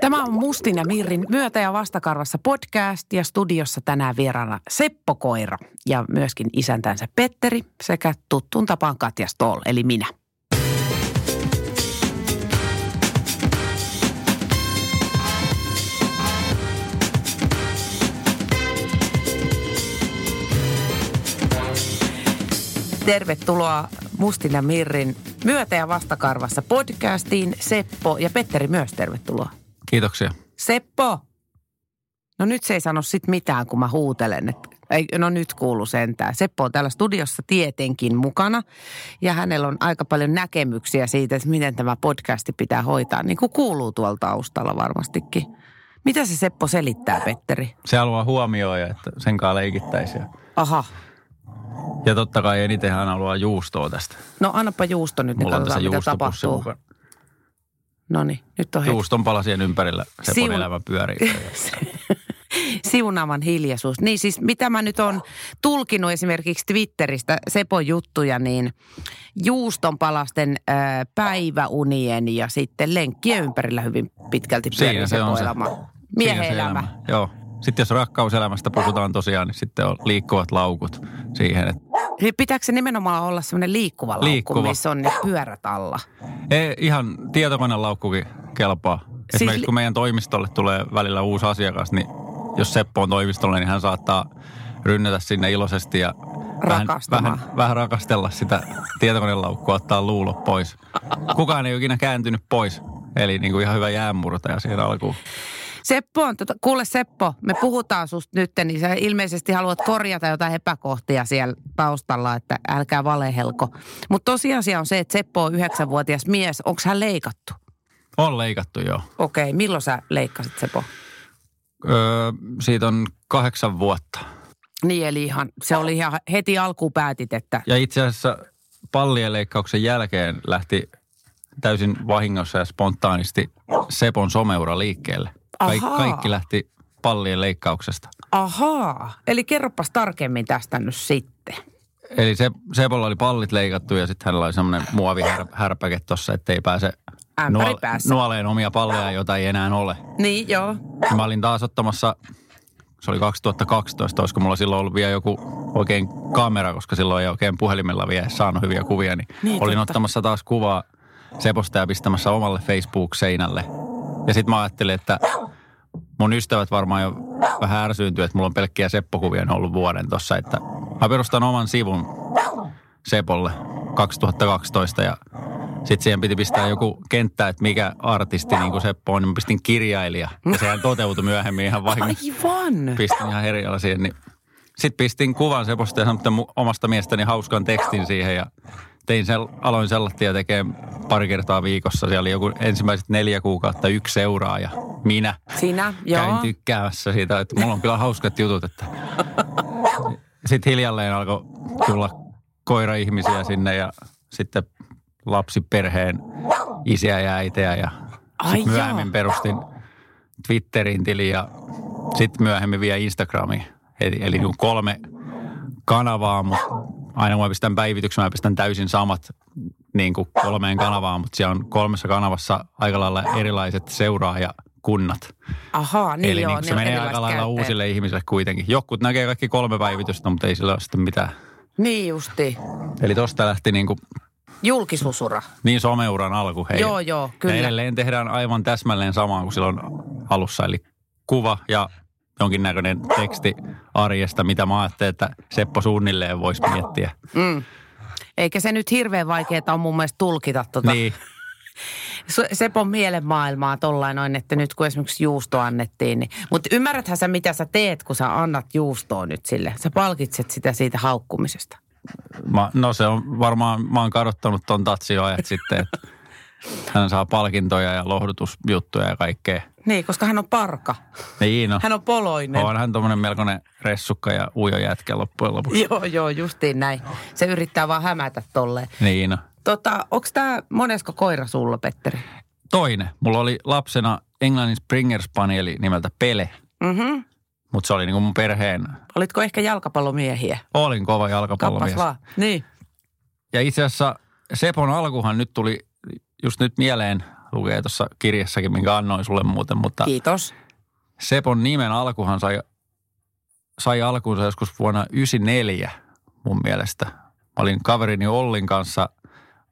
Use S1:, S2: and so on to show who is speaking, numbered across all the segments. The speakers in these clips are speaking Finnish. S1: Tämä on Mustin ja Mirrin myötä- ja vastakarvassa podcast ja studiossa tänään vieraana Seppo Koira ja myöskin isäntänsä Petteri sekä tuttuun tapaan Katja Stoll eli minä. Tervetuloa Mustin ja Mirrin myötä- ja vastakarvassa podcastiin. Seppo ja Petteri myös tervetuloa.
S2: Kiitoksia.
S1: Seppo! No nyt se ei sano sit mitään, kun mä huutelen. Et, ei, no nyt kuulu sentään. Seppo on täällä studiossa tietenkin mukana. Ja hänellä on aika paljon näkemyksiä siitä, että miten tämä podcasti pitää hoitaa. Niin kuin kuuluu tuolla taustalla varmastikin. Mitä se Seppo selittää, Petteri?
S2: Se haluaa huomioida, että sen kanssa leikittäisiin.
S1: Aha.
S2: Ja totta kai eniten hän haluaa juustoa tästä.
S1: No annapa juusto nyt, niin
S2: Mulla on tässä
S1: katsotaan mitä
S2: juustopussi
S1: tapahtuu.
S2: mukana.
S1: No niin, nyt on hetki.
S2: Juuston palasien ympärillä se
S1: Siun-
S2: Siun... elämä pyörii.
S1: siunaavan hiljaisuus. Niin siis mitä mä nyt on tulkinut esimerkiksi Twitteristä Sepon juttuja, niin juuston palasten äh, päiväunien ja sitten lenkkien ympärillä hyvin pitkälti pyörii
S2: Siinä se on
S1: Sepon
S2: se.
S1: elämä.
S2: Siinä
S1: Miehen
S2: se
S1: elämä.
S2: Joo. Sitten jos rakkauselämästä puhutaan tosiaan, niin sitten on liikkuvat laukut siihen. Että
S1: Niin Pitääkö se nimenomaan olla semmoinen liikkuva laukku,
S2: Liikkuva.
S1: missä on ne pyörät alla?
S2: ei, E, ihan tietokoneen laukkukin kelpaa. Esimerkiksi
S1: Siis li-
S2: kun meidän toimistolle tulee välillä uusi asiakas, niin jos Seppo on toimistolla, niin hän saattaa rynnätä sinne iloisesti ja vähän,
S1: Rakastamaan.
S2: vähän, vähän rakastella sitä tietokoneen laukkua, ottaa luulot pois. Kukaan ei ole ikinä kääntynyt pois. Eli niin kuin ihan hyvä jäänmurtaja siihen alkuun.
S1: Seppo on, tota, kuule Seppo, me puhutaan susta nyt, niin sä ilmeisesti haluat korjata jotain epäkohtia siellä taustalla, että älkää valehelko. Mutta tosiasia on se, että Seppo on yhdeksänvuotias mies, onko hän leikattu?
S2: On leikattu jo.
S1: Okei, okay, milloin sä leikkasit Seppo?
S2: Öö, siitä on kahdeksan vuotta.
S1: Niin eli ihan, se oli ihan heti alkuun päätit, että
S2: Ja itse asiassa pallien leikkauksen jälkeen lähti täysin vahingossa ja spontaanisti Sepon someura liikkeelle.
S1: Ahaa.
S2: Kaik- kaikki lähti pallien leikkauksesta.
S1: ahaa. Eli kerropas tarkemmin tästä nyt sitten.
S2: Eli se, Sepolla oli pallit leikattu ja sitten hänellä oli semmoinen muovihärpäke tuossa, ettei pääse
S1: Ämpäri päässä.
S2: nuoleen omia palleja, joita ei enää ole.
S1: Niin, joo.
S2: Ja Mä olin taas ottamassa, se oli 2012, olisiko mulla silloin ollut vielä joku oikein kamera, koska silloin ei oikein puhelimella vielä edes saanut hyviä kuvia, niin,
S1: Niin,
S2: olin
S1: totta.
S2: ottamassa taas kuvaa Seposta ja pistämässä omalle Facebook-seinälle. Ja sitten mä ajattelin, että mun ystävät varmaan jo vähän ärsyyntyy, että mulla on pelkkiä Seppo-kuvia ne on ollut vuoden tossa, että mä perustan oman sivun Sepolle 2012 ja sitten siihen piti pistää joku kenttä, että mikä artisti niin kuin Seppo on, niin mä pistin kirjailija. Ja sehän toteutui myöhemmin ihan vahingossa.
S1: Aivan.
S2: Pistin ihan herjalla siihen. Niin. Sitten pistin kuvan Seposta ja sanoin, että mu- omasta miestäni hauskan tekstin siihen ja tein sel- aloin sellattia tekemään pari kertaa viikossa. Siellä oli joku ensimmäiset neljä kuukautta yksi seuraaja, minä.
S1: Sinä, joo.
S2: Kävin tykkäämässä siitä, että mulla on kyllä hauskat jutut. Että... Sitten hiljalleen alkoi tulla koira-ihmisiä sinne ja sitten lapsiperheen isiä ja äitejä. Ja
S1: Ai
S2: sit
S1: jaa.
S2: myöhemmin perustin Twitterin tili ja sitten myöhemmin vielä Instagramiin. Eli, eli niinku kolme kanavaa, mutta aina kun mä pistän päivityksen, mä pistän täysin samat niin kuin kolmeen kanavaan, mutta siellä on kolmessa kanavassa aika lailla erilaiset seuraajakunnat.
S1: Ahaa, niin
S2: Eli
S1: joo.
S2: niin kuin se
S1: on
S2: menee aika
S1: erilaiset
S2: lailla
S1: käyttäjät.
S2: uusille ihmisille kuitenkin. Jotkut näkee kaikki kolme päivitystä, mutta ei sillä ole sitten mitään.
S1: Niin justi.
S2: Eli tosta lähti niin, kuin,
S1: Julkisusura.
S2: niin someuran alku. Hei.
S1: Joo, joo, kyllä.
S2: Ja edelleen tehdään aivan täsmälleen samaa kuin silloin alussa. Eli kuva ja jonkinnäköinen teksti arjesta, mitä mä ajattelin, että Seppo suunnilleen voisi miettiä.
S1: Mm. Eikä se nyt hirveän vaikeaa on mun mielestä tulkita tuota
S2: Niin,
S1: Se- Sepon mielenmaailmaa tollain noin, että nyt kun esimerkiksi juusto annettiin, niin, mutta ymmärräthän sä, mitä sä teet, kun sä annat juustoa nyt sille. Sä palkitset sitä siitä haukkumisesta.
S2: mä, no se on varmaan, mä oon kadottanut ton tatsi jo ajat sitten, että Hän saa palkintoja ja lohdutusjuttuja ja kaikkea.
S1: Niin, koska hän on parka.
S2: Niin no.
S1: Hän on poloinen.
S2: On hän tuommoinen melkoinen ressukka ja ujo jätkä loppujen lopuksi.
S1: Joo, joo, justiin näin. Se yrittää vaan hämätä tolleen.
S2: Niin no.
S1: Tota, onks tää monesko koira sulla, Petteri?
S2: Toinen. Mulla oli lapsena englannin Springer Spanieli nimeltä Pele.
S1: Mhm.
S2: Mutta se oli niinku mun perheen.
S1: Olitko ehkä jalkapallomiehiä?
S2: Olin kova
S1: Kappas
S2: jalkapallomies.
S1: vaan. Niin.
S2: Ja itse asiassa Sepon alkuhan nyt tuli just nyt mieleen, lukee tuossa kirjassakin, minkä annoin sulle muuten, mutta
S1: Kiitos.
S2: Sepon nimen alkuhan sai, sai alkuunsa joskus vuonna 94 mun mielestä. Mä olin kaverini Ollin kanssa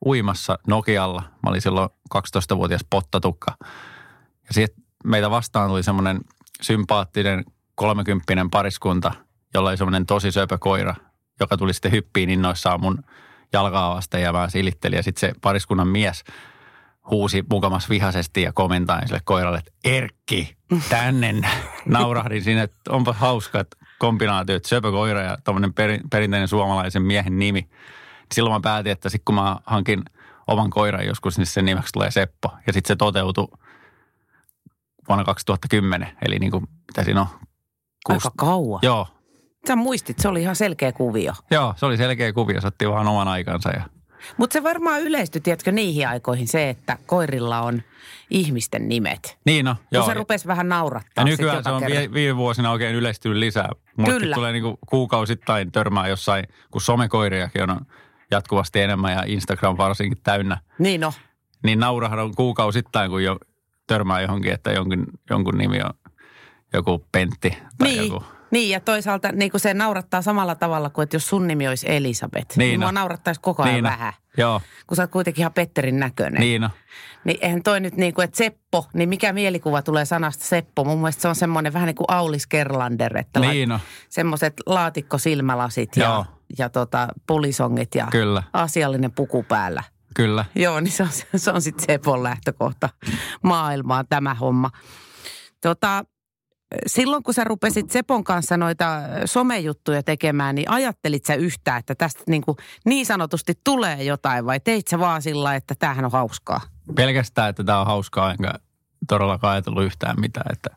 S2: uimassa Nokialla. Mä olin silloin 12-vuotias pottatukka. Ja siihen meitä vastaan tuli semmoinen sympaattinen kolmekymppinen pariskunta, jolla oli semmoinen tosi söpö koira, joka tuli sitten hyppiin innoissaan mun jalkaa vasten ja vähän silitteli. Ja sitten se pariskunnan mies huusi mukamas vihaisesti ja komentaen sille koiralle, että Erkki, tänne. Naurahdin siinä, että onpa hauskat kombinaatiot, söpö koira ja tuommoinen peri, perinteinen suomalaisen miehen nimi. Silloin mä päätin, että sitten kun mä hankin oman koiran joskus, niin sen nimeksi tulee Seppo. Ja sitten se toteutui vuonna 2010, eli niin kuin, mitä siinä on?
S1: Aika kauan.
S2: Joo,
S1: Sä muistit, se oli ihan selkeä kuvio.
S2: joo, se oli selkeä kuvio, se otti vaan oman aikansa ja
S1: Mutta se varmaan yleistyi, tiedätkö, niihin aikoihin se, että koirilla on ihmisten nimet.
S2: niin no,
S1: Joo.
S2: joo.
S1: Kun se rupesi vähän naurattaa
S2: Ja
S1: sit
S2: nykyään
S1: joka
S2: se on
S1: kerta.
S2: vie, viime vuosina oikein yleistynyt lisää. Mullekin
S1: Kyllä.
S2: tulee niinku kuukausittain törmää jossain, kun somekoiriakin on jatkuvasti enemmän ja Instagram varsinkin täynnä.
S1: Niin no.
S2: Niin naurahan on kuukausittain, kun jo törmää johonkin, että jonkin, jonkun nimi on joku Pentti tai
S1: Niin,
S2: joku.
S1: niin, ja toisaalta niin kuin se naurattaa samalla tavalla kuin, että jos sun nimi olisi Elisabeth. Niin,
S2: Niin
S1: mua
S2: on.
S1: naurattaisi koko ajan
S2: Niin on.
S1: vähän.
S2: Joo,
S1: Kun sä oot kuitenkin ihan Petterin näköinen.
S2: niin on.
S1: Niin eihän toi nyt niin kuin, että Seppo, niin mikä mielikuva tulee sanasta Seppo? Mun mielestä se on semmoinen vähän niin kuin Aulis Kerlander, että
S2: Niin on.
S1: semmoiset laatikkosilmälasit ja,
S2: Joo.
S1: ja tota, pulisongit ja
S2: Kyllä.
S1: asiallinen puku päällä.
S2: Kyllä.
S1: Joo, niin se on, se on sitten Sepon lähtökohta maailmaan tämä homma. Tota, silloin kun sä rupesit Sepon kanssa noita somejuttuja tekemään, niin ajattelit sä yhtään, että tästä niin, kuin niin sanotusti tulee jotain vai teit sä vaan sillä lailla, että tämähän on hauskaa?
S2: Pelkästään, että tämä on hauskaa, enkä todellakaan ajatellut yhtään mitään. Että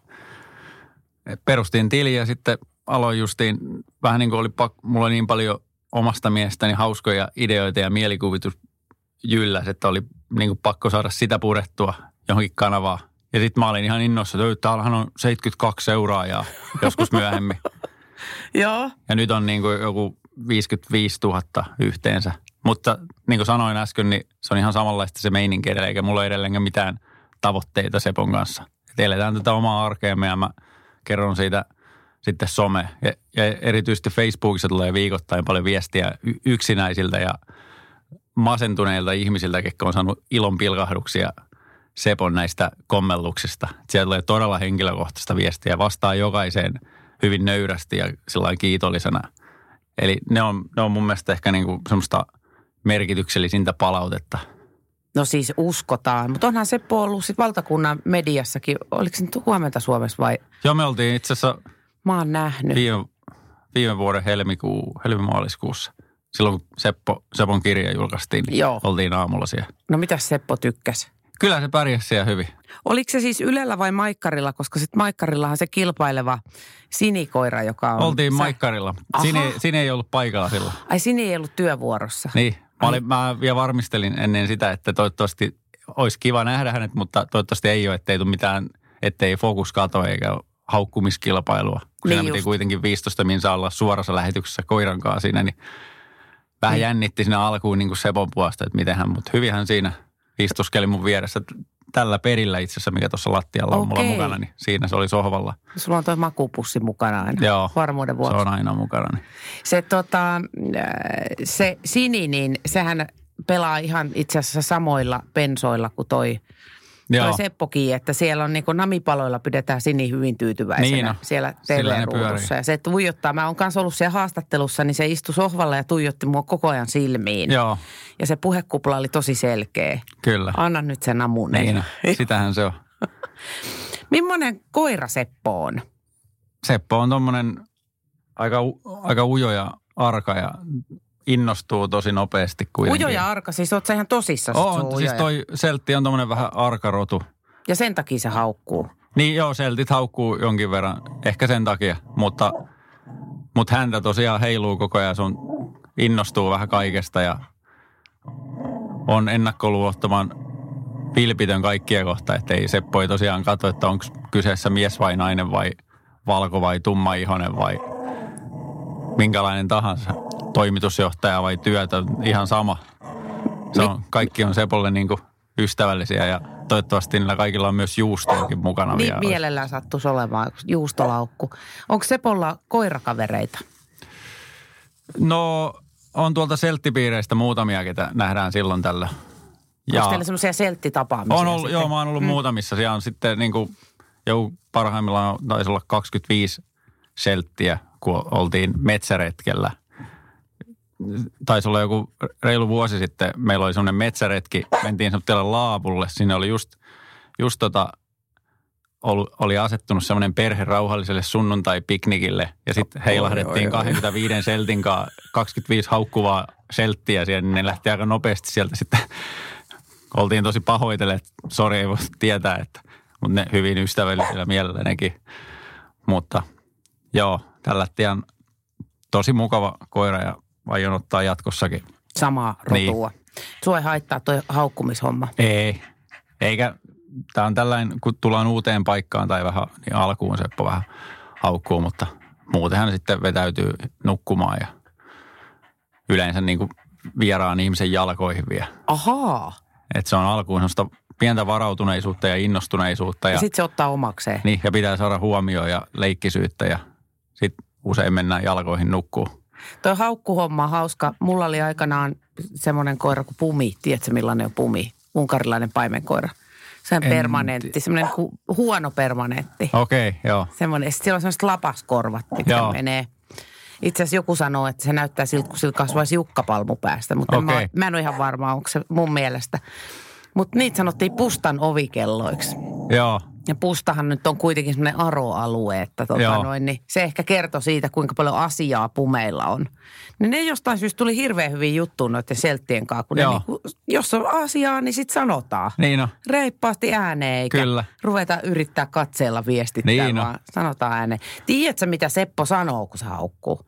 S2: että perustin tili ja sitten aloin justiin, vähän niin kuin oli pak, mulla niin paljon omasta mielestäni hauskoja ideoita ja mielikuvitus jylläs, että oli niin kuin pakko saada sitä purettua johonkin kanavaan. Ja sitten mä olin ihan innossa, että "Öö, täällähän on 72 seuraajaa joskus myöhemmin.
S1: Joo.
S2: Ja nyt on niin kuin joku 55 000 yhteensä. Mutta niin kuin sanoin äsken, niin se on ihan samanlaista se meininki edelleen, eikä mulla ole edelleenkään mitään tavoitteita Sepon kanssa. Et eletään tätä omaa arkeamme ja mä kerron siitä sitten some. Ja, ja erityisesti Facebookissa tulee viikoittain paljon viestiä y- yksinäisiltä ja masentuneilta ihmisiltä, jotka on saanut ilon pilkahduksia Sepon näistä kommelluksista. Siellä tulee todella henkilökohtaista viestiä, vastaa jokaiseen hyvin nöyrästi ja sillä kiitollisena. Eli ne on, ne on mun mielestä ehkä niinku semmoista merkityksellisintä palautetta.
S1: No siis uskotaan, mutta onhan Seppo ollut sitten valtakunnan mediassakin. Oliko se nyt huomenta Suomessa vai?
S2: Joo, me oltiin itse asiassa
S1: Mä oon nähnyt.
S2: viime, viime vuoden helmikuu, helmimaaliskuussa. Silloin kun Seppo, Sepon kirja julkaistiin, niin
S1: Joo.
S2: oltiin aamulla siellä.
S1: No mitä Seppo tykkäsi?
S2: Kyllä se pärjäsi siellä hyvin.
S1: Oliko se siis Ylellä vai Maikkarilla? Koska sitten Maikkarillahan se kilpaileva sinikoira, joka on...
S2: Oltiin
S1: sä-
S2: Maikkarilla.
S1: Aha.
S2: Sini, Sini ei ollut paikalla silloin.
S1: Ai Sini ei ollut työvuorossa.
S2: Niin, mä, olin, mä vielä varmistelin ennen sitä, että toivottavasti olisi kiva nähdä hänet, mutta toivottavasti ei ole, ettei tule mitään, ettei fokus katoa eikä ole haukkumiskilpailua. Kun
S1: Niin
S2: niin
S1: just.
S2: piti kuitenkin 15 minsa olla suorassa lähetyksessä koiran kanssa siinä, niin vähän niin. jännitti siinä alkuun niin kuin Sepon puolesta, että miten hän, mutta hyvinhän siinä istuskeli mun vieressä tällä perillä itse asiassa, mikä tuossa lattialla on mulla
S1: Okei.
S2: mukana, niin siinä se oli sohvalla.
S1: Sulla on toi makupussi mukana aina.
S2: Joo.
S1: Varmuuden vuoksi.
S2: Se
S1: Se,
S2: on aina mukana. Niin.
S1: se, tota, äh, se Sini, niin sehän pelaa ihan itse asiassa samoilla pensoilla kuin toi, toi
S2: Joo.
S1: Seppokin, että siellä on niin namipaloilla pidetään Sini hyvin tyytyväisenä
S2: Niin
S1: niin
S2: on.
S1: siellä
S2: Sillä ne
S1: TV-ruudussa.
S2: pyörii.
S1: Ja se tuijottaa, mä oon kanssa ollut siellä haastattelussa, niin se istui sohvalla ja tuijotti mua koko ajan silmiin.
S2: Joo,
S1: Ja se puhekupla oli tosi selkeä.
S2: kyllä.
S1: Anna nyt sen amunen.
S2: Niin, sitähän se on.
S1: Millainen koira Seppo on?
S2: Seppo on tommonen aika, u- aika ujo ja arka ja innostuu tosi nopeasti kuitenkin.
S1: Ujo ja arka, siis oot sä ihan tosissaan.
S2: On, siis toi seltti on tommonen vähän arkarotu.
S1: Ja sen takia se haukkuu.
S2: Niin joo, seltit haukkuu jonkin verran, ehkä sen takia, mutta, mutta häntä tosiaan heiluu koko ajan, sun innostuu vähän kaikesta ja on ennakkoluottoman vilpitön kaikkia kohta, että ei Seppo ei tosiaan katso, että onko kyseessä mies vai nainen vai valko vai tummaihonen vai minkälainen tahansa toimitusjohtaja vai työtä, ihan sama. Se on, kaikki on Sepolle niin kuin ystävällisiä ja toivottavasti niillä kaikilla on myös juustoakin mukana
S1: Niin
S2: vielä.
S1: mielellään sattuisi olemaan juustolaukku. Onko Sepolla koirakavereita?
S2: No, on tuolta selttipiireistä muutamia, ketä nähdään silloin tällä.
S1: Onko teillä semmoisia selttitapaamisia?
S2: on ollut,
S1: sitten?
S2: joo, mä oon ollut mm. muutamissa. Siellä on sitten niin kuin, joku parhaimmillaan taisi olla 25 selttiä, kun oltiin metsäretkellä. Taisi olla joku reilu vuosi sitten, meillä oli semmoinen metsäretki, mentiin semmoiselle laapulle. Sinne oli just, just tota, ollut, oli asettunut semmoinen perhe rauhalliselle sunnuntai-piknikille. Ja sitten heilahdettiin 25 seltin kaa, 25 haukkuvaa selttiä siellä, niin ne lähti aika nopeasti sieltä sitten oltiin tosi pahoitelle, että sori ei voi tietää, että, mutta ne hyvin ystävällisellä mielellä nekin. Mutta joo, tällä tian tosi mukava koira ja aion ottaa jatkossakin.
S1: Samaa rotua. Niin. Sua ei haittaa toi haukkumishomma.
S2: Ei, eikä, tämä on tällainen, kun tullaan uuteen paikkaan tai vähän, niin alkuun Seppo vähän haukkuu, mutta muutenhan sitten vetäytyy nukkumaan ja yleensä niin kuin vieraan ihmisen jalkoihin vielä.
S1: Ahaa.
S2: Et se on alkuun semmoista pientä varautuneisuutta ja innostuneisuutta.
S1: Ja,
S2: Ja,
S1: ja sit se ottaa omakseen.
S2: Niin, ja pitää saada huomioon ja leikkisyyttä ja sitten usein mennään jalkoihin nukkuu.
S1: Toi haukkuhomma on hauska. Mulla oli aikanaan semmoinen koira kuin Pumi. Tiedätkö millainen on Pumi? Unkarilainen paimenkoira. Se on
S2: En
S1: permanentti, semmoinen hu- huono permanentti.
S2: Okei, okay, joo.
S1: Semmoinen, sit sillä on semmoiset lapaskorvat, mitkä
S2: Joo.
S1: Joo. menee. Itse asiassa joku sanoo, että se näyttää siltä, kun sillä kasvaisi jukkapalmu päästä, mutta okay.
S2: Okei.
S1: mä, mä en ole ihan varma, onko se mun mielestä. Mutta niitä sanottiin pustan ovikelloiksi.
S2: Joo,
S1: Ja pustahan nyt on kuitenkin semmoinen aroalue, että
S2: Joo.
S1: tota noin, niin se ehkä kertoi siitä, kuinka paljon asiaa pumeilla on. Niin ne jostain syystä tuli hirveän hyvin juttuun noiden selttien kanssa, kun ne
S2: Joo.
S1: niinku, jos on asiaa, niin sitten sanotaan.
S2: niin on.
S1: Reippaasti ääneen, eikä
S2: Kyllä.
S1: ruveta yrittää katseella viestittää,
S2: Niin
S1: niin
S2: on.
S1: vaan sanotaan ääneen. Tiedätkö, mitä Seppo sanoo, kun se haukkuu?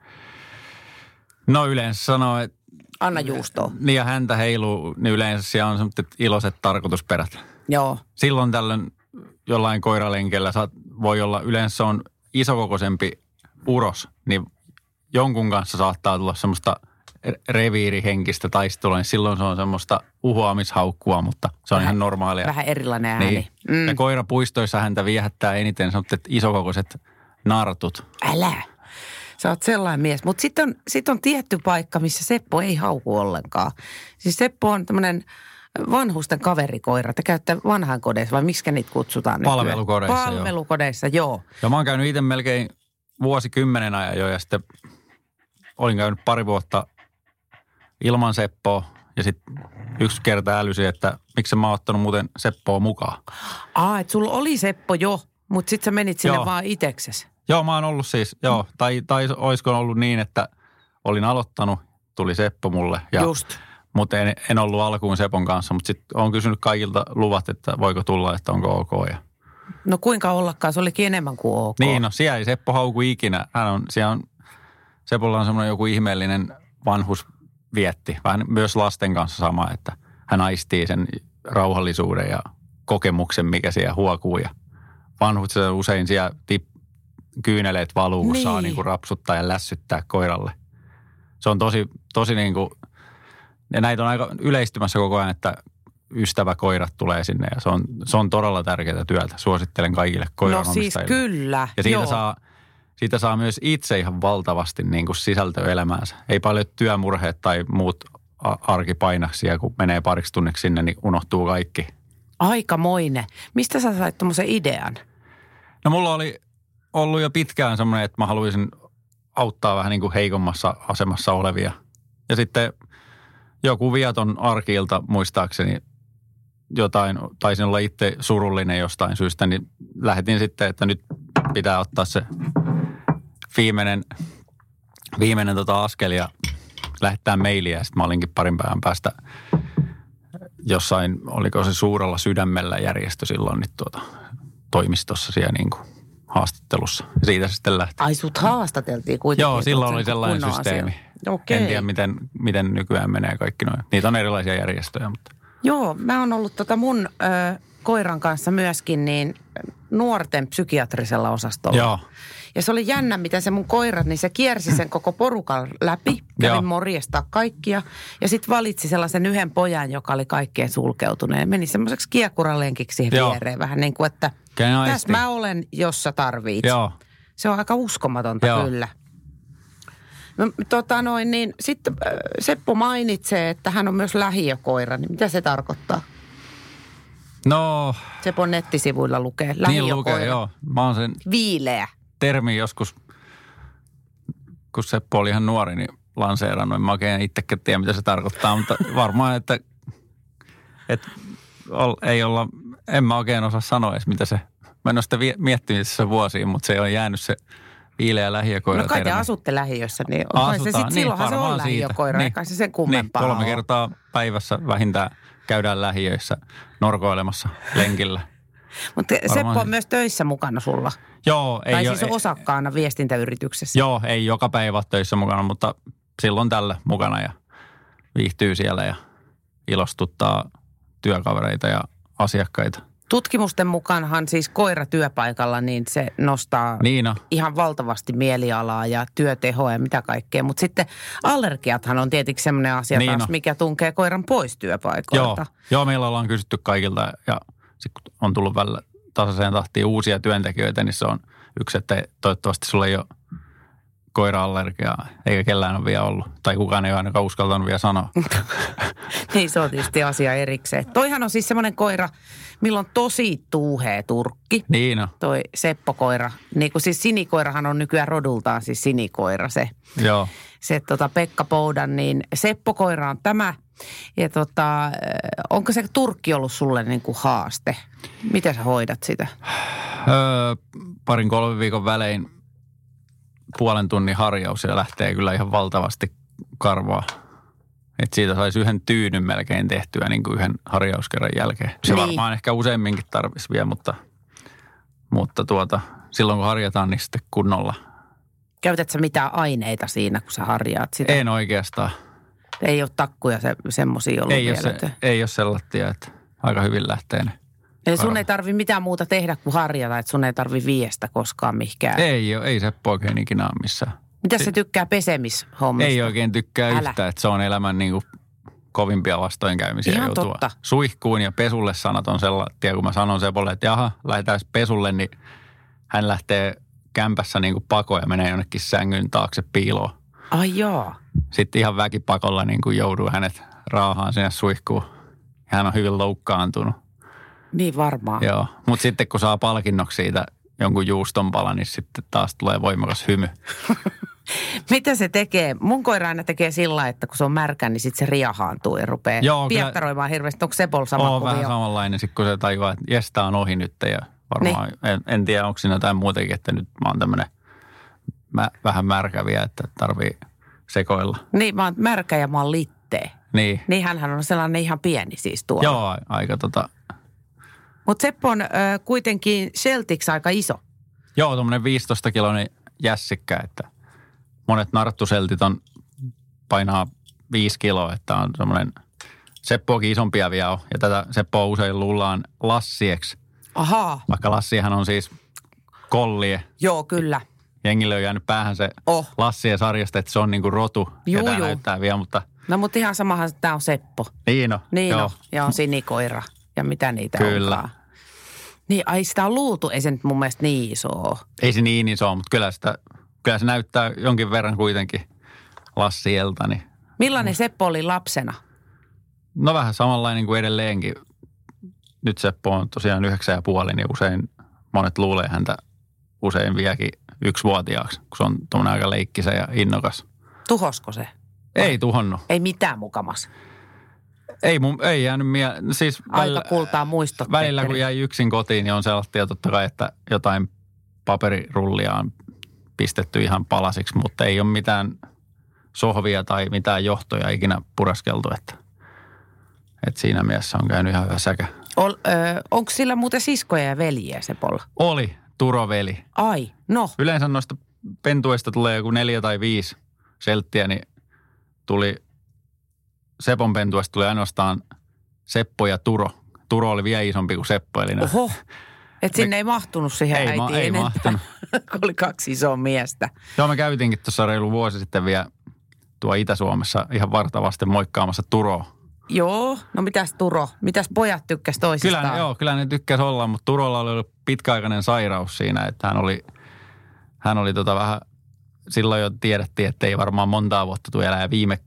S2: No yleensä sanoo, että
S1: Anna juustoa.
S2: niin ja häntä heiluu, niin yleensä siellä on semmoiset iloiset tarkoitusperät.
S1: Joo.
S2: Silloin tällöin jollain koiralenkellä saat, voi olla, yleensä se on isokokoisempi uros, niin jonkun kanssa saattaa tulla semmoista re- reviirihenkistä taistelua, niin silloin se on semmoista uhoamishaukkua, mutta se on ihan normaalia.
S1: Vähän erilainen ääni.
S2: Niin. Mm. Ja koirapuistoissa häntä viehättää eniten semmoiset isokokoiset nartut.
S1: Älä. Sä oot sellainen mies. Mutta sitten on, sit on tietty paikka, missä Seppo ei hauku ollenkaan. Siis Seppo on tämmöinen vanhusten kaverikoira. Te käyttää vanhan kodeissa, vai miksi niitä kutsutaan nykyään?
S2: Palvelukodeissa, joo.
S1: Palvelukodeissa, joo.
S2: Ja mä oon käynyt itse melkein vuosikymmenen ajan jo ja sitten olin käynyt pari vuotta ilman Seppoa ja sitten yksi kerta älysin, että miksi mä oon ottanut muuten Seppoa mukaan.
S1: Aa, et sulla oli Seppo jo, mutta sitten sä menit sinne
S2: Joo.
S1: joo. vaan itekses.
S2: Joo, mä oon ollut siis, joo, tai, tai olisiko ollut niin, että olin aloittanut, tuli Seppo mulle. Ja,
S1: Just.
S2: Mutta en, en ollut alkuun Sepon kanssa, mutta sitten oon kysynyt kaikilta luvat, että voiko tulla, että onko ok ja
S1: No kuinka ollakaan, se olikin enemmän kuin ok.
S2: Niin, no siellä ei Seppo hauku ikinä. Hän on, siellä on, Sepolla on semmoinen joku ihmeellinen vanhusvietti. Vähän myös lasten kanssa sama, että hän aistii sen rauhallisuuden ja kokemuksen, mikä siellä huokuu. Ja vanhukset usein siellä tip, kyyneleet valuu, kun saa
S1: Niin.
S2: niin kuin rapsuttaa ja lässyttää koiralle. Se on tosi, tosi niin kuin, ja näitä on aika yleistymässä koko ajan, että ystäväkoirat tulee sinne ja se on, se on todella tärkeää työtä. Suosittelen kaikille
S1: no siis
S2: koiranomistajille.
S1: kyllä.
S2: Ja siitä
S1: joo.
S2: saa, siitä saa myös itse ihan valtavasti niin kuin sisältöä elämäänsä. Ei paljon työmurheet tai muut a- arkipainaksia, kun menee pariksi tunniksi sinne, niin unohtuu kaikki.
S1: Aikamoinen. Mistä sä sait tuommoisen idean?
S2: No mulla oli ollut jo pitkään semmoinen, että mä haluaisin auttaa vähän niin kuin heikommassa asemassa olevia. Ja sitten joku viaton arkiilta muistaakseni jotain, taisin olla itse surullinen jostain syystä, niin lähetin sitten, että nyt pitää ottaa se viimeinen, viimeinen tota askel ja lähettää mailia ja sitten mä olinkin parin päivän päästä jossain, oliko se suurella sydämellä järjestö silloin niin tuota, toimistossa siellä niin kuin haastattelussa. Ja siitä se sitten lähti.
S1: Ai sut haastateltiin kuitenkin.
S2: Joo,
S1: että
S2: silloin
S1: oot
S2: oli
S1: sen
S2: sellainen
S1: kunnon asia.
S2: systeemi.
S1: Okei.
S2: En tiedä, miten, miten nykyään menee kaikki noin. Niitä on erilaisia järjestöjä, mutta
S1: Joo, mä oon ollut tota mun ö, koiran kanssa myöskin niin nuorten psykiatrisella osastolla.
S2: Joo.
S1: Ja se oli jännä, miten se mun koira, niin se kiersi sen koko porukan läpi.
S2: Joo.
S1: Kävin morjesta kaikkia. Ja sitten valitsi sellaisen yhden pojan, joka oli kaikkeen sulkeutunut. Ja meni semmoiseksi kiekuralenkiksi siihen
S2: Joo.
S1: viereen. Vähän niin kuin, että
S2: Kyllä ne
S1: tässä
S2: aistii.
S1: mä olen, jos sä tarvit.
S2: joo,
S1: Se on aika uskomatonta
S2: Joo.
S1: Joo. kyllä. No, tota noin, niin sitten äh, Seppo mainitsee, että hän on myös lähiökoira. Niin mitä se tarkoittaa?
S2: no
S1: Sepon nettisivuilla lukee lähiökoira.
S2: niin lukee, joo. Mä oon sen
S1: Viileä.
S2: termi joskus, kun Seppo oli ihan nuori, niin lanseerannut. En Mä oikein itsekään tiedä, mitä se tarkoittaa, mutta varmaan, että, että ol, ei olla, en mä oikein osaa sanoa edes, mitä se, mä en ole sitä vie- miettinyt tässä vuosiin, mutta se on jäänyt se viileä lähiökoira
S1: No kai te
S2: termi.
S1: asutte lähiössä, niin kai se sitten
S2: Asutaan,
S1: silloinhan se on
S2: varmaan siitä.
S1: lähiökoira, niin. kai se sen kummempaa
S2: niin, kolme
S1: ole.
S2: kertaa päivässä vähintään käydään lähiöissä norkoilemassa lenkillä.
S1: Mutta Seppo
S2: siitä.
S1: on myös töissä mukana sulla,
S2: Joo,
S1: ei
S2: ei
S1: tai
S2: oo-
S1: siis
S2: ei-
S1: osakkaana viestintäyrityksessä.
S2: Joo, ei joka päivä ole töissä mukana, mutta silloin tällä mukana ja viihtyy siellä ja ilostuttaa työkavereita ja asiakkaita.
S1: Tutkimusten mukaanhan siis koira työpaikalla, niin se nostaa
S2: Niina,
S1: ihan valtavasti mielialaa ja työtehoa ja mitä kaikkea. Mutta sitten allergiathan on tietenkin semmoinen asia
S2: Niin
S1: niin taas,
S2: on.
S1: mikä tunkee koiran pois
S2: joo,
S1: työpaikoilta.
S2: joo, meillä ollaan kysytty kaikilta ja sit kun on tullut välillä tasaiseen tahtiin uusia työntekijöitä, niin se on yksi, että toivottavasti sulla ei ole koira-allergiaa, eikä kellään ole vielä ollut. Tai kukaan ei ole ainakaan uskaltanut vielä sanoa.
S1: Niin se on tietysti asia erikseen. Toihan on siis semmoinen koira, millä on tosi tuuhea turkki.
S2: Niina,
S1: toi Seppo-koira, niin kuin siis sinikoirahan on nykyään rodultaan siis sinikoira se,
S2: joo,
S1: se tota Pekka Poudan, niin Seppo-koira on tämä. Ja tota, eh, onko se turkki ollut sulle niin kuin haaste? Miten sä hoidat sitä?
S2: Öö, parin kolmen viikon välein puolen tunnin harjaus ja lähtee kyllä ihan valtavasti karvaa. Et siitä saisi yhden tyynyn melkein tehtyä niin kuin yhden harjauskerran jälkeen. Se
S1: Niin.
S2: niin. varmaan ehkä useamminkin tarvisi vielä, mutta, mutta tuota, silloin kun harjataan, niin sitten kunnolla.
S1: Käytät sä mitään aineita siinä, kun sä harjaat sitä?
S2: En oikeastaan.
S1: Ei ole takkuja se, semmosia ollut
S2: Ei ole,
S1: vielä.
S2: se,
S1: että-
S2: ei ole sellaisia, että aika hyvin lähtee ne.
S1: Eli sun
S2: Aivan.
S1: ei tarvi mitään muuta tehdä kuin harjata, että sun ei tarvi viestä koskaan mihinkään.
S2: Ei, ole, ei se oikein ikinä ole missään.
S1: Mitä se tykkää pesemishommista?
S2: Ei oikein tykkää
S1: Älä.
S2: Älä. yhtään, että se on elämän niin kuin kovimpia vastoinkäymisiä
S1: Ihan
S2: joutua.
S1: totta.
S2: Suihkuun ja pesulle sanat on sellaisia, kun mä sanon Sepolle, että jaha, lähdetään pesulle, niin hän lähtee kämpässä niin kuin pakoon ja menee jonnekin sängyn taakse piiloon.
S1: Ai joo.
S2: Sitten ihan väkipakolla niin kuin jouduu hänet raahaan sinne suihkuun. Ja Hän on hyvin loukkaantunut.
S1: Niin varmaan.
S2: Joo. Mutta sitten kun saa palkinnoksi siitä jonkun juustonpala, niin sitten taas tulee voimakas hymy.
S1: Mitä se tekee? Mun koira aina tekee sillä lailla, että kun se on märkä, niin sitten se riahaantuu ja rupeaa
S2: Joo, kyllä-
S1: piattaroimaan hirveästi. Onko Sepol sama
S2: Sama on vähän
S1: kuvio?
S2: samanlainen, sit kun se tajuaa, että jes, tää on ohi nyt ja varmaan,
S1: Niin.
S2: en, en, tiedä onko siinä jotain muutakin, että nyt mä oon tämmönen mä, vähän märkä vielä, että tarvii sekoilla.
S1: Niin, mä oon märkä ja mä oon littee.
S2: Niin,
S1: Niin hänhän on sellainen ihan pieni siis tuo.
S2: joo, a- aika tota,
S1: Mutta Seppo on ö, kuitenkin Celtics aika iso.
S2: joo, tommonen 15 kiloinen jässikkä, että monet narttuseltit on, painaa 5 kiloa, että on semmoinen, Seppoakin isompia vielä on, ja tätä Seppoa usein luullaan Lassieksi,
S1: Ahaa.
S2: vaikka Lassihan on siis kollie,
S1: Joo, kyllä.
S2: jengille on jäänyt päähän se
S1: Oh.
S2: oh. Lassien sarjasta, että se on niinku rotu.
S1: Juu,
S2: ja tää
S1: juu.
S2: näyttää vielä, mutta
S1: No mutta ihan samahan tämä on Seppo.
S2: Niino.
S1: Niin on. Ja on sinikoira. Ja mitä niitä
S2: Kyllä.
S1: onkaan. Niin, ai sitä on luultu. Ei se nyt mun mielestä niin iso ole.
S2: Ei se niin iso, mutta kyllä, sitä, kyllä se näyttää jonkin verran kuitenkin Lassielta. Niin.
S1: Millainen Seppo oli lapsena?
S2: No vähän samanlainen kuin edelleenkin. Nyt Seppo on tosiaan yhdeksän ja puoli, niin usein monet luulee häntä usein vieläkin yksivuotiaaksi, kun se on tuommoinen aika leikkisä ja innokas.
S1: Tuhosko se?
S2: Ei tuhonnut.
S1: Ei mitään mukamas.
S2: Ei, mun, ei jäänyt mie- siis
S1: Aika
S2: välillä-
S1: kultaa muistot.
S2: Välillä kun
S1: Petteri.
S2: jäi yksin kotiin, niin on sellaisia totta kai, että jotain paperirullia on pistetty ihan palasiksi, mutta ei ole mitään sohvia tai mitään johtoja ikinä puraskeltu. Että, että siinä mielessä on käynyt ihan hyvä säkä.
S1: Ol, ö, onko sillä muuten siskoja ja veljiä Sepolla?
S2: Oli Turoveli.
S1: Ai, no.
S2: Yleensä noista pentuista tulee joku neljä tai viisi selttiä, niin tuli Sepon pentuista tuli ainoastaan Seppo ja Turo. Turo oli vielä isompi kuin Seppo, eli ne-
S1: Oho. Että sinne ei mahtunut siihen
S2: Ei
S1: äitiin
S2: ma- ei
S1: enempää,
S2: mahtunut.
S1: kun oli kaksi isoa miestä.
S2: Joo, me käytiinkin tuossa reilu vuosi sitten vielä tuo Itä-Suomessa ihan vartavasti moikkaamassa Turoa.
S1: Joo, no mitäs Turo? Mitäs pojat tykkäs toisistaan?
S2: Kyllä, ne, joo, kyllä ne tykkäs olla, mutta Turolla oli ollut pitkäaikainen sairaus siinä, että hän oli, hän oli tota vähän, silloin jo tiedettiin, että ei varmaan montaa vuotta tule elää ja viime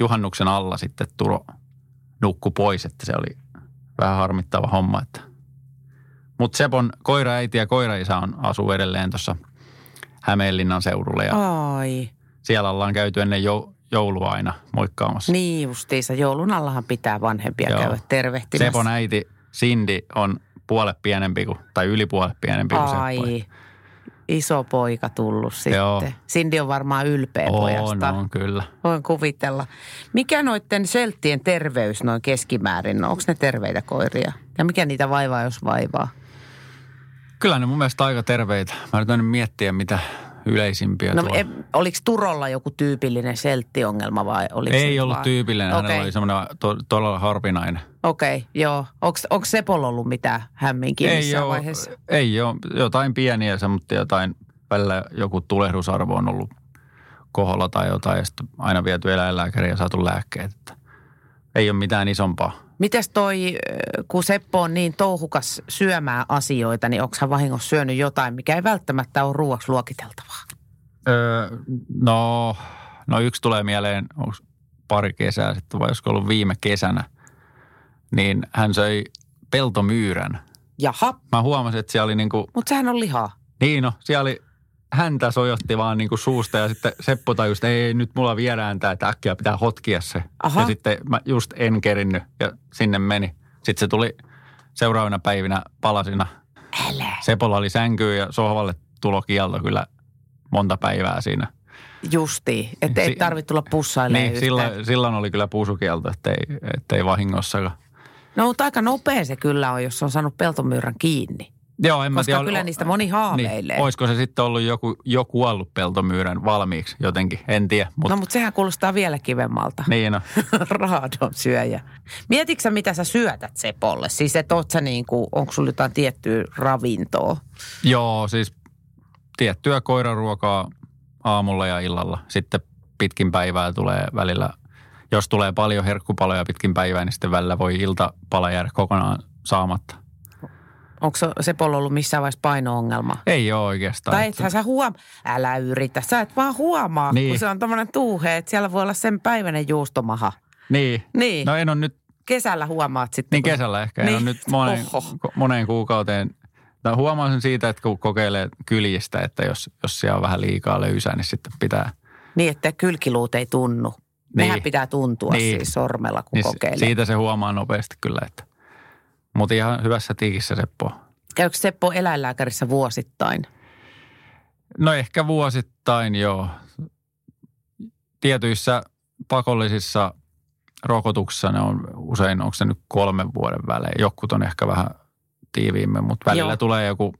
S2: juhannuksen alla sitten Turo nukku pois, että se oli vähän harmittava homma. Että. Mutta Sepon koiraäiti ja koiraisä on, asuu edelleen tuossa Hämeenlinnan seudulla ja
S1: Ai,
S2: siellä ollaan käyty ennen jou, joulua aina moikkaamassa.
S1: niin justiinsa. Joulun allahan pitää vanhempia
S2: Joo.
S1: käydä tervehtimässä.
S2: Sepon äiti Sindi on puolet pienempi kuin, tai yli puolet pienempi kuin
S1: Ai,
S2: Seppo.
S1: iso poika tullut sitten.
S2: Joo.
S1: Sindi on varmaan ylpeä
S2: On,
S1: pojasta.
S2: on kyllä.
S1: Voin kuvitella. Mikä noiden selttien terveys noin keskimäärin on? Onko ne terveitä koiria? Ja mikä niitä vaivaa, jos vaivaa?
S2: Kyllä ne mun mielestä aika terveitä. Mä yritän nyt miettiä, mitä yleisimpiä
S1: No,
S2: tuolla.
S1: e, oliko Turolla joku tyypillinen selttiongelma vai oliko se
S2: Ei
S1: nyt
S2: ollut
S1: vaan?
S2: tyypillinen, okay.
S1: Okei,
S2: hänellä oli semmoinen to, todella harvinainen.
S1: Okei, okay, joo. Onko Sepolla ollut mitään hämminkin
S2: Ei
S1: missään
S2: ole,
S1: vaiheessa?
S2: ei ole, jotain pieniä se, mutta jotain, välillä joku tulehdusarvo on ollut koholla tai jotain, ja sitten aina viety eläinlääkäriä ja saatu lääkkeet. Että ei ole mitään isompaa.
S1: Mites toi, ö, kun Seppo on niin touhukas syömään asioita, niin onko hän vahingossa syönyt jotain, mikä ei välttämättä ole ruuaksi luokiteltavaa?
S2: Öö, no, no yksi tulee mieleen, onko pari kesää sitten vai olisiko ollut viime kesänä, niin hän söi peltomyyrän.
S1: Jaha,
S2: Mä huomasin, että siellä oli niinku,
S1: mutta sehän on lihaa.
S2: niin no, siellä oli häntä sojotti vaan niinku suusta ja sitten Seppo tajusi, että ei, nyt mulla viedään tää, että äkkiä pitää hotkia se.
S1: Aha.
S2: Ja sitten mä just en kerinnyt ja sinne meni. Sitten se tuli seuraavina päivinä palasina.
S1: Älä.
S2: Sepolla oli sänkyy ja sohvalle tulokielto kyllä monta päivää siinä.
S1: Justi, että ei
S2: Si-
S1: tarvitse tulla pussailemaan
S2: Niin, silloin, silloin oli kyllä puusukielto, ettei, ettei vahingossakaan.
S1: No mutta aika nopea se kyllä on, jos on saanut peltomyyrän kiinni.
S2: Joo, en mä
S1: Koska
S2: tiedä.
S1: kyllä niistä moni haaveilee.
S2: Niin, olisiko se sitten ollut joku, joku ollut peltomyyrän valmiiksi jotenkin, en tiedä. Mutta
S1: No mutta sehän kuulostaa vielä kivemmalta.
S2: niin, no,
S1: Raadon syöjä. Mietitkö sä, mitä sä syötät Sepolle? Siis et oot sä niinku, onko sulla jotain tiettyä ravintoa?
S2: joo, siis tiettyä koiraruokaa aamulla ja illalla. Sitten pitkin päivää tulee välillä, jos tulee paljon herkkupaloja pitkin päivää, niin sitten välillä voi iltapala jäädä kokonaan saamatta.
S1: Onko Sepolla ollut missään vaiheessa paino-ongelma?
S2: Ei ole oikeastaan.
S1: Tai ethän sä huom... Älä yritä, sä et vaan huomaa, niin.
S2: Niin.
S1: kun se on tommonen tuuhe, että siellä voi olla sen päiväinen juustomaha.
S2: Niin.
S1: Niin, no,
S2: No en ole nyt
S1: kesällä huomaat sitten.
S2: Niin
S1: kun-
S2: kesällä ehkä. Niin.
S1: Niin.
S2: On nyt moneen,
S1: Oho.
S2: ko- moneen kuukauteen. Tai huomaan sen siitä, että kun kokeilee kyljistä, että jos, jos siellä on vähän liikaa löysää, niin sitten pitää.
S1: Niin, että kylkiluut ei tunnu. Niin. Nehän
S2: Niin.
S1: pitää tuntua niin.
S2: Niin.
S1: siis sormella, kun
S2: Niin
S1: niin
S2: s-
S1: kokeilee.
S2: siitä se huomaa nopeasti kyllä, että. Mutta ihan hyvässä tiikissä Seppo. on.
S1: Käykö Seppo eläinlääkärissä vuosittain?
S2: No ehkä vuosittain joo. Tietyissä pakollisissa rokotuksissa ne on usein, onko se nyt kolmen vuoden välein. Jotkut on ehkä vähän tiiviimmin, mutta välillä
S1: Joo.
S2: joo. tulee joku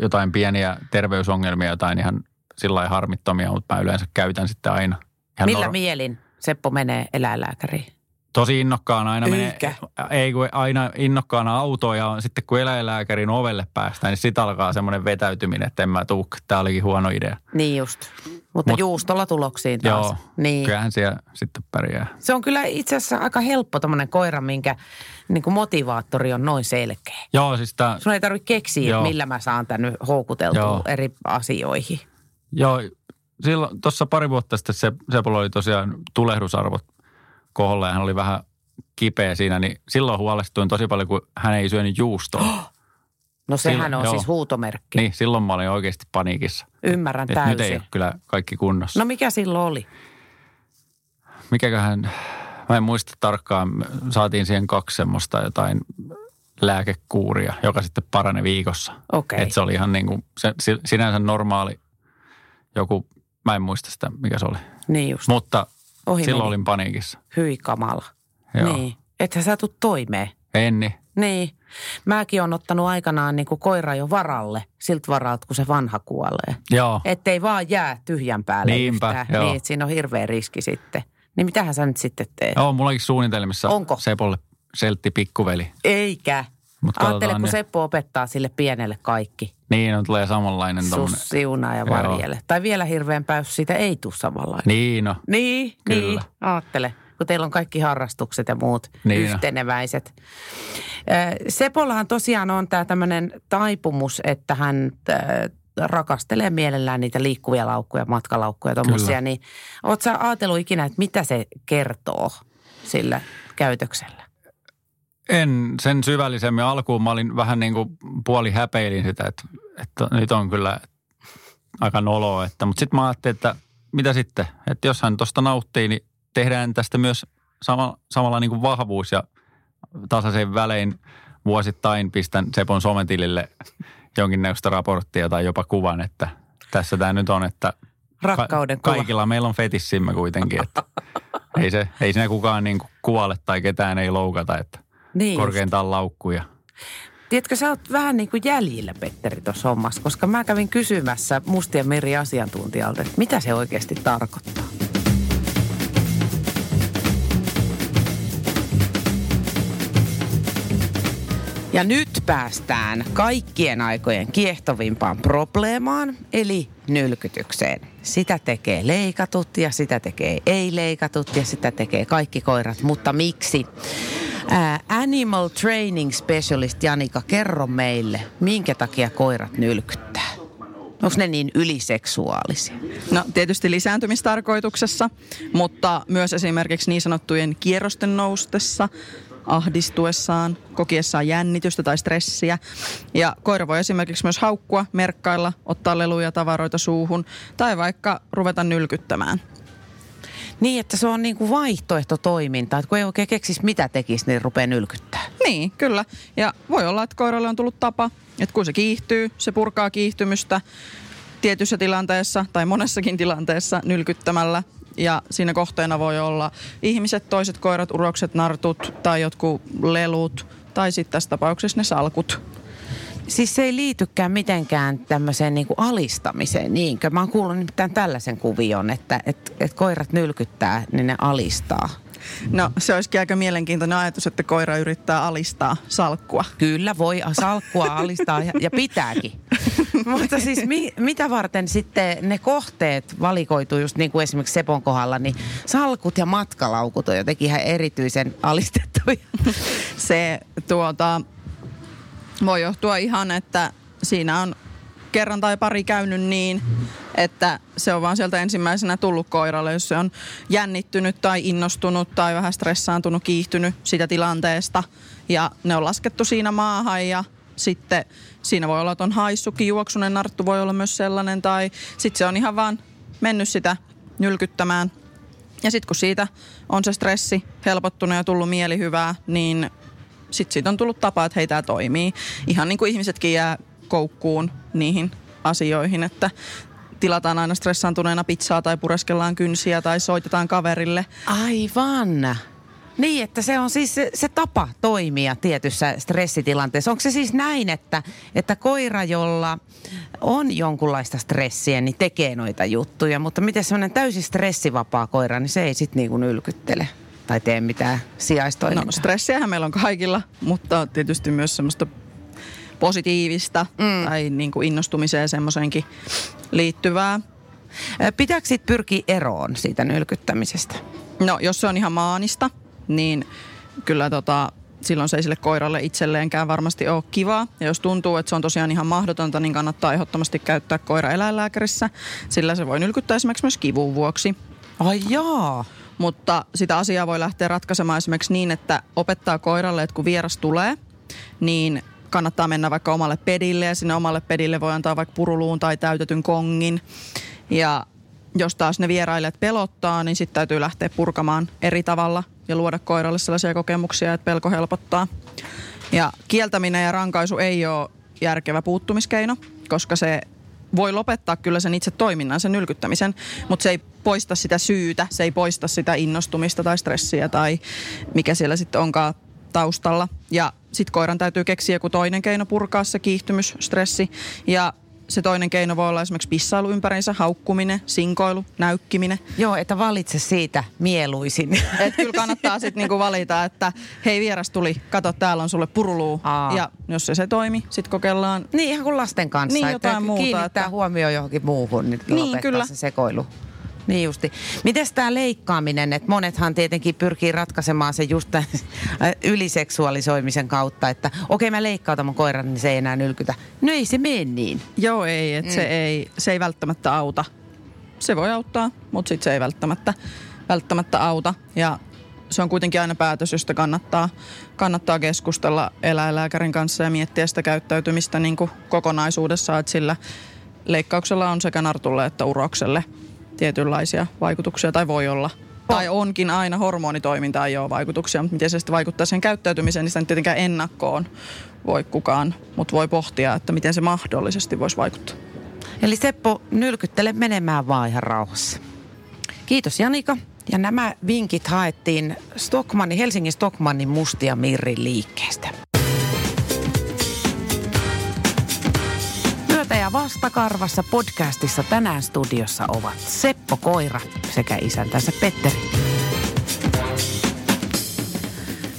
S2: jotain pieniä terveysongelmia, jotain ihan sillä lailla harmittomia, mutta mä yleensä käytän sitten aina. Ihan
S1: Millä
S2: nor-
S1: mielin Seppo menee eläinlääkäriin?
S2: tosi innokkaana aina menee.
S1: Eikä.
S2: Ei kun aina innokkaana autoon ja sitten kun eläinlääkärin ovelle päästään, niin sitten alkaa semmoinen vetäytyminen, että en mä tuu, tämä olikin huono idea.
S1: Niin just. Mutta Mut,
S2: Mut-
S1: juustolla tuloksiin taas.
S2: Joo,
S1: niin.
S2: Kyllähän siellä sitten pärjää.
S1: Se on kyllä itse asiassa aika helppo tämmöinen koira, minkä niin kuin motivaattori on noin selkeä.
S2: Joo, siis tää,
S1: Sun ei tarvitse keksiä,
S2: Joo.
S1: että millä mä saan tän nyt houkuteltua
S2: Joo.
S1: eri asioihin.
S2: joo, silloin tuossa pari vuotta sitten se, Sepolla oli tosiaan tulehdusarvot koholla ja hän oli vähän kipeä siinä, niin silloin huolestuin tosi paljon, kun hän ei syönyt juustoa.
S1: No sehän
S2: Silloin-
S1: on
S2: joo.
S1: siis huutomerkki.
S2: niin, silloin mä olin oikeasti paniikissa.
S1: Ymmärrän
S2: Et
S1: täysin.
S2: nyt ei ole kyllä kaikki kunnossa.
S1: No mikä silloin oli?
S2: mikäköhän, mä en muista tarkkaan, me saatiin siihen kaksi semmoista jotain lääkekuuria, joka sitten parani viikossa.
S1: Okei.
S2: niinku Et se oli ihan niin kuin se, si- sinänsä normaali joku Mä en muista sitä, mikä se oli.
S1: Niin just.
S2: Mutta
S1: Ohi
S2: silloin
S1: meni.
S2: olin paniikissa.
S1: Hyi kamala.
S2: Joo.
S1: Niin. Ethän sä tuu toimeen.
S2: En niin.
S1: Niin. Mäkin on ottanut aikanaan niin kuin koira jo varalle, siltä varalta, kun se vanha kuolee.
S2: Joo.
S1: Ettei vaan jää tyhjän päälle
S2: Niinpä,
S1: yhtään.
S2: joo.
S1: Niin, että siinä on hirveä riski sitten. Niin mitähän sä nyt sitten teet?
S2: Joo, mullakin suunnitelmissa
S1: Onko?
S2: Sepolle seltti pikkuveli.
S1: Eikä.
S2: Mut
S1: Ajattele,
S2: katsotaan,
S1: kun
S2: niin.
S1: Seppo opettaa sille pienelle kaikki.
S2: Niin, on tulee samanlainen tommonen.
S1: Sus siunaa ja
S2: Joo.
S1: varjele. Tai vielä hirveämpää, jos siitä ei tule samanlainen.
S2: Niin, no.
S1: Niin,
S2: Kyllä.
S1: niin. Aattele, kun teillä on kaikki harrastukset ja muut
S2: Niin
S1: niin
S2: on.
S1: yhteneväiset. Ö, Sepollahan tosiaan on tämä tämmöinen taipumus, että hän ö, rakastelee mielellään niitä liikkuvia laukkuja, matkalaukkuja,
S2: Kyllä.
S1: tuommoisia. Niin, oot sä ajatellut ikinä, että mitä se kertoo sillä käytöksellä?
S2: En sen syvällisemmin. Alkuun mä olin vähän niin kuin puoli häpeilin sitä, että, että nyt on kyllä aika noloa. Että, mutta sitten mä ajattelin, että mitä sitten? Että jos hän tuosta nauttii, niin tehdään tästä myös sama, samalla niin kuin vahvuus ja tasaisen välein vuosittain pistän Sepon sometilille jonkinnäköistä raporttia tai jopa kuvan, että tässä tämä nyt on, että
S1: Rakkauden
S2: Ka-
S1: kuva.
S2: kaikilla meillä on fetissimme kuitenkin, että ei, se, ei siinä kukaan niin kuin kuole tai ketään ei loukata, että
S1: Niin.
S2: korkeintaan laukkuja.
S1: Tiedätkö, sä oot vähän niin kuin jäljillä, Petteri, tuossa hommassa, koska mä kävin kysymässä Mustien meri asiantuntijalta, että mitä se oikeasti tarkoittaa. Ja nyt päästään kaikkien aikojen kiehtovimpaan probleemaan, eli nylkytykseen. Sitä tekee leikatut ja sitä tekee ei-leikatut ja sitä tekee kaikki koirat, mutta miksi? Ää, Animal Training Specialist Janika, kerro meille, minkä takia koirat nylkyttää? Onko ne niin yliseksuaalisia?
S3: No tietysti lisääntymistarkoituksessa, mutta myös esimerkiksi niin sanottujen kierrosten noustessa, ahdistuessaan, kokiessaan jännitystä tai stressiä. Ja koira voi esimerkiksi myös haukkua, merkkailla, ottaa leluja tavaroita suuhun tai vaikka ruveta nylkyttämään.
S1: Niin, että se on niin kuin vaihtoehtotoiminta, että kun ei oikein keksisi mitä tekisi, niin rupeaa nylkyttää.
S3: Niin, kyllä. Ja voi olla, että koiralle on tullut tapa, että kun se kiihtyy, se purkaa kiihtymystä tietyssä tilanteessa tai monessakin tilanteessa nylkyttämällä. Ja siinä kohteena voi olla ihmiset, toiset koirat, urokset, nartut tai jotkut lelut tai sitten tässä tapauksessa ne salkut.
S1: Siis se ei liitykään mitenkään tämmöiseen niin kuin alistamiseen, niinkö? Mä oon kuullut nimittäin tällaisen kuvion, että et, et koirat nylkyttää, niin ne alistaa.
S3: No se olisikin aika mielenkiintoinen ajatus, että koira yrittää alistaa salkkua.
S1: Kyllä voi a- salkkua alistaa ja, ja pitääkin. Mutta siis mi, mitä varten sitten ne kohteet valikoituu, just niin kuin esimerkiksi Sepon kohdalla, niin salkut ja matkalaukut on jotenkin ihan erityisen alistettuja.
S3: se tuota, voi johtua ihan, että siinä on kerran tai pari käynyt niin, että se on vaan sieltä ensimmäisenä tullut koiralle, jos se on jännittynyt tai innostunut tai vähän stressaantunut, kiihtynyt sitä tilanteesta. Ja ne on laskettu siinä maahan ja sitten siinä voi olla, että on haissukin, juoksunen narttu voi olla myös sellainen tai sitten se on ihan vaan mennyt sitä nylkyttämään ja sitten kun siitä on se stressi helpottunut ja tullut mielihyvää, niin sitten siitä on tullut tapa, että hei tämä toimii. Ihan niin kuin ihmisetkin jää koukkuun niihin asioihin, että tilataan aina stressaantuneena pizzaa tai pureskellaan kynsiä tai soitetaan kaverille.
S1: Aivan. Niin, että se on siis se, se tapa toimia tietyssä stressitilanteessa. Onko se siis näin, että, että koira, jolla on jonkunlaista stressiä, niin tekee noita juttuja, mutta miten semmoinen täysin stressivapaa koira, niin se ei sitten niinku ylkyttele tai tee mitään sijaistoimintaa?
S3: No stressiähän meillä on kaikilla, mutta tietysti myös semmoista positiivista mm. tai niin kuin innostumiseen semmoiseenkin liittyvää.
S1: Ö, Pitääkö sit pyrkiä eroon siitä nylkyttämisestä?
S3: No, jos se on ihan maanista, niin kyllä tota, silloin se ei sille koiralle itselleenkään varmasti ole kivaa. Ja jos tuntuu, että se on tosiaan ihan mahdotonta, niin kannattaa ehdottomasti käyttää koira eläinlääkärissä, sillä se voi nylkyttää esimerkiksi myös kivun vuoksi.
S1: Ai jaa.
S3: Mutta sitä asiaa voi lähteä ratkaisemaan esimerkiksi niin, että opettaa koiralle, että kun vieras tulee, niin kannattaa mennä vaikka omalle pedille ja sinne omalle pedille voi antaa vaikka puruluun tai täytetyn kongin. Ja jos taas ne vierailijat pelottaa, niin sitten täytyy lähteä purkamaan eri tavalla ja luoda koiralle sellaisia kokemuksia, että pelko helpottaa. Ja kieltäminen ja rankaisu ei ole järkevä puuttumiskeino, koska se voi lopettaa kyllä sen itse toiminnan, sen nylkyttämisen, mutta se ei poista sitä syytä, se ei poista sitä innostumista tai stressiä tai mikä siellä sitten onkaan taustalla. Ja sitten koiran täytyy keksiä joku toinen keino purkaa se kiihtymys, stressi. Ja se toinen keino voi olla esimerkiksi pissailu ympärinsä, haukkuminen, sinkoilu, näykkiminen.
S1: Joo, että valitse siitä mieluisin.
S3: Et kyllä kannattaa sitten niinku valita, että hei vieras tuli, kato täällä on sulle puruluu.
S1: Aa.
S3: Aa. Ja jos se, se toimi, sitten kokeillaan.
S1: Niin ihan kuin lasten kanssa.
S3: Niin,
S1: että
S3: jotain muuta,
S1: Kiinnittää
S3: että-
S1: huomioon johonkin muuhun, niin,
S3: Niin,
S1: niin kyllä.
S3: kyllä.
S1: se sekoilu. Niin justi. Mites tämä leikkaaminen, että monethan tietenkin pyrkii ratkaisemaan se just tän yliseksuaalisoimisen kautta, että okei okay, mä leikkautan mun koiran, niin se ei enää nylkytä. No ei se mene niin.
S3: Joo ei, että mm. se, ei, se ei välttämättä auta. Se voi auttaa, mutta sitten se ei välttämättä, välttämättä auta. Ja se on kuitenkin aina päätös, josta kannattaa, kannattaa keskustella eläinlääkärin kanssa ja miettiä sitä käyttäytymistä niin kuin kokonaisuudessaan, että sillä leikkauksella on sekä nartulle että urokselle tietynlaisia vaikutuksia tai voi olla. Tai onkin aina hormonitoimintaan jo vaikutuksia, mutta miten se sitten vaikuttaa sen käyttäytymiseen, niin sitä nyt tietenkään ennakkoon voi kukaan, mutta voi pohtia, että miten se mahdollisesti voisi vaikuttaa.
S1: Eli Seppo, nylkyttele menemään vaan ihan rauhassa. Kiitos Janika. Ja nämä vinkit haettiin Stockmanni, Helsingin Stockmannin Mustia Mirrin liikkeestä. Myötä ja vastakarvassa podcastissa tänään studiossa ovat Seppo Koira sekä isäntänsä Petteri.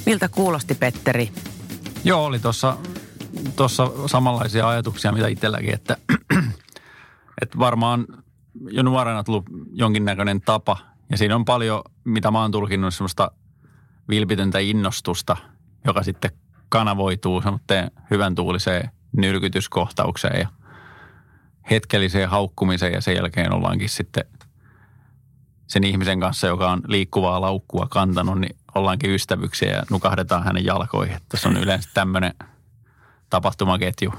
S1: Miltä kuulosti Petteri?
S2: Joo, oli tuossa tuossa samanlaisia ajatuksia, mitä itselläkin, että, että varmaan jo nuorena tullut jonkinnäköinen tapa. Ja siinä on paljon, mitä mä oon tulkinnut, semmoista vilpitöntä innostusta, joka sitten kanavoituu semmoitteen hyvän tuuliseen nyrkytyskohtaukseen ja hetkelliseen haukkumiseen ja sen jälkeen ollaankin sitten sen ihmisen kanssa, joka on liikkuvaa laukkua kantanut, niin ollaankin ystävyksiä ja nukahdetaan hänen jalkoihin. Että se on yleensä tämmöinen tapahtumaketju.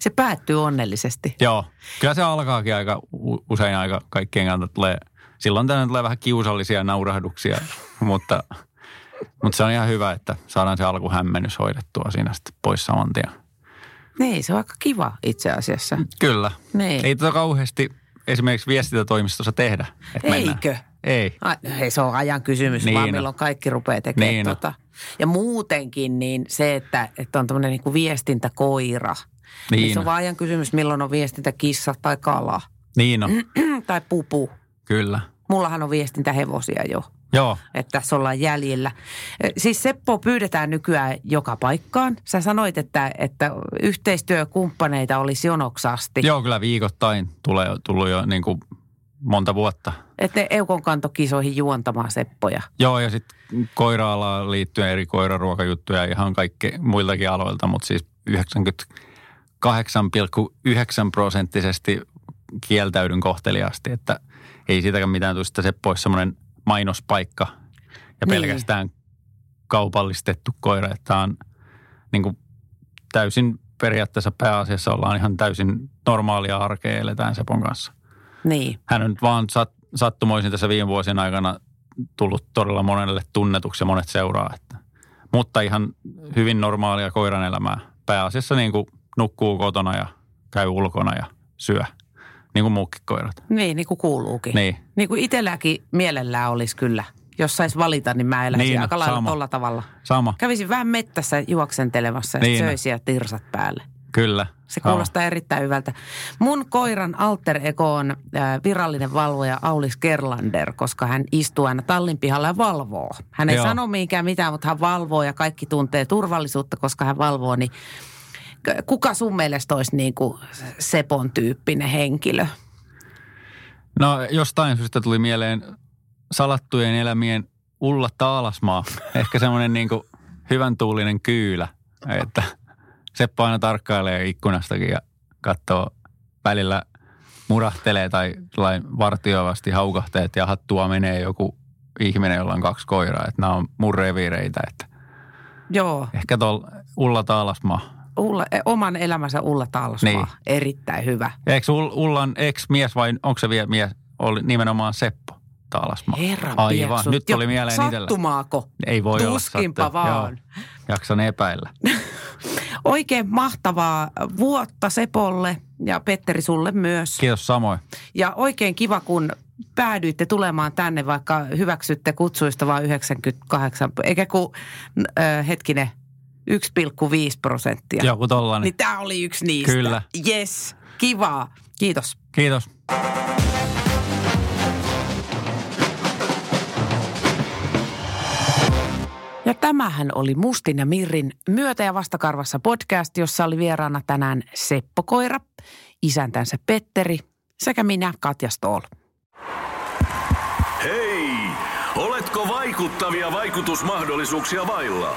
S1: Se päättyy onnellisesti.
S2: Joo, kyllä se alkaakin aika u- usein aika kaikkien kannalta tulee, silloin tänne tulee vähän kiusallisia naurahduksia, mutta, mutta se on ihan hyvä, että saadaan se alkuhämmennys hoidettua siinä sitten pois saman tien.
S1: Niin, se on aika kiva itse asiassa.
S2: Kyllä.
S1: Niin.
S2: Ei tota kauheasti esimerkiksi viestintätoimistossa tehdä. Että mennään.
S1: Eikö?
S2: Ei.
S1: Ai, hei, se on ajan kysymys, niin
S2: Niin
S1: vaan
S2: on.
S1: milloin kaikki rupeaa tekemään
S2: Niin on.
S1: tota. Ja muutenkin niin se, että, että on tämmöinen niin viestintäkoira, niin,
S2: Niin
S1: se on
S2: on.
S1: vaan ajan kysymys, milloin on viestintäkissa tai kala
S2: Niin on,
S1: tai pupu.
S2: kyllä.
S1: Mullahan on viestintähevosia jo,
S2: Joo,
S1: että tässä ollaan jäljellä. Eh, Siis Seppo pyydetään nykyään joka paikkaan. Sä sanoit, että, että yhteistyökumppaneita olisi jonoksasti.
S2: Joo, kyllä viikoittain tulee, tullut jo niin kuin monta vuotta.
S1: Että ne Eukon kantokisoihin juontamaan Seppoja.
S2: Joo, ja sitten koira-alaan liittyen eri koiraruokajuttuja ihan kaikki muiltakin aloilta, mutta siis 98,9 prosenttisesti kieltäydyn kohteliaasti, että ei siitäkään mitään tule sitten se pois semmoinen mainospaikka ja
S1: Niin.
S2: pelkästään kaupallistettu koira, että tää on niin kuin täysin periaatteessa pääasiassa ollaan ihan täysin normaalia arkea eletään Sepon kanssa
S1: Niin.
S2: hän on nyt vaan sat, sattumoisin tässä viime vuosien aikana tullut todella monelle tunnetuksi ja monet seuraa. Että. Mutta ihan hyvin normaalia koiran elämää. Pääasiassa niin kuin nukkuu kotona ja käy ulkona ja syö, niin kuin muukin koirat.
S1: Niin, niin kuin kuuluukin.
S2: Niin.
S1: Niin kuin itselläkin mielellään olisi kyllä. Jos sais valita, niin mä eläisin niin,
S2: Niin,
S1: aika lailla
S2: sama.
S1: tolla tavalla.
S2: Sama,
S1: Kävisin vähän mettässä juoksentelemassa, niin.
S2: Niin.
S1: söisi ja tirsat päälle.
S2: kyllä.
S1: Se
S2: sama.
S1: kuulostaa erittäin hyvältä. Mun koiran alter ego on äh, virallinen valvoja Aulis Kerlander, koska hän istuu aina tallin pihalla ja valvoo. Hän ei Joo.
S2: Joo.
S1: sano mihinkään mitään, mutta hän valvoo ja kaikki tuntee turvallisuutta, koska hän valvoo. Niin k- kuka sun mielestä olisi niin kuin Sepon tyyppinen henkilö?
S2: No jostain syystä tuli mieleen salattujen elämien Ulla Taalasmaa. Ehkä semmoinen niin kuin hyvän tuulinen kyylä, että Seppo aina tarkkailee ikkunastakin ja katsoo välillä murahtelee tai sellainen vartioivasti haukahtee, että ja hattua menee joku ihminen, jolla on kaksi koiraa. Että nämä on mun reviireitä. Että
S1: Joo.
S2: ehkä tuolla Ulla Taalasmaa.
S1: Ulla, eh, oman elämänsä Ulla Taalasmaa. Niin.
S2: Niin.
S1: Erittäin hyvä.
S2: Eikö Ul- Ullan ex-mies vai onko se vielä mies? Oli nimenomaan Seppo. laittaa alas. Mä-
S1: Herra
S2: Aivan,
S1: pieksut.
S2: nyt tuli
S1: Ja
S2: mieleen itsellä.
S1: Sattumaako?
S2: Ei voi olla
S1: Tuskinpa
S2: sattua.
S1: vaan. No
S2: Joo. Jaksan epäillä.
S1: Oikein mahtavaa vuotta Sepolle ja Petteri sulle myös.
S2: Kiitos samoin.
S1: Ja oikein kiva, kun päädyitte tulemaan tänne, vaikka hyväksytte kutsuista vain 98, eikä kun ö, hetkinen, 1,5 prosenttia.
S2: Joku tollanen.
S1: Niin tämä oli yksi niistä.
S2: Kyllä.
S1: Yes, kivaa. Kiitos.
S2: Kiitos.
S1: Ja tämähän oli Mustin ja Mirrin myötä ja vastakarvassa podcast, jossa oli vieraana tänään Seppo Koira, isäntänsä Petteri sekä minä Katja Stoll.
S4: Hei! Oletko vaikuttavia vaikutusmahdollisuuksia vailla?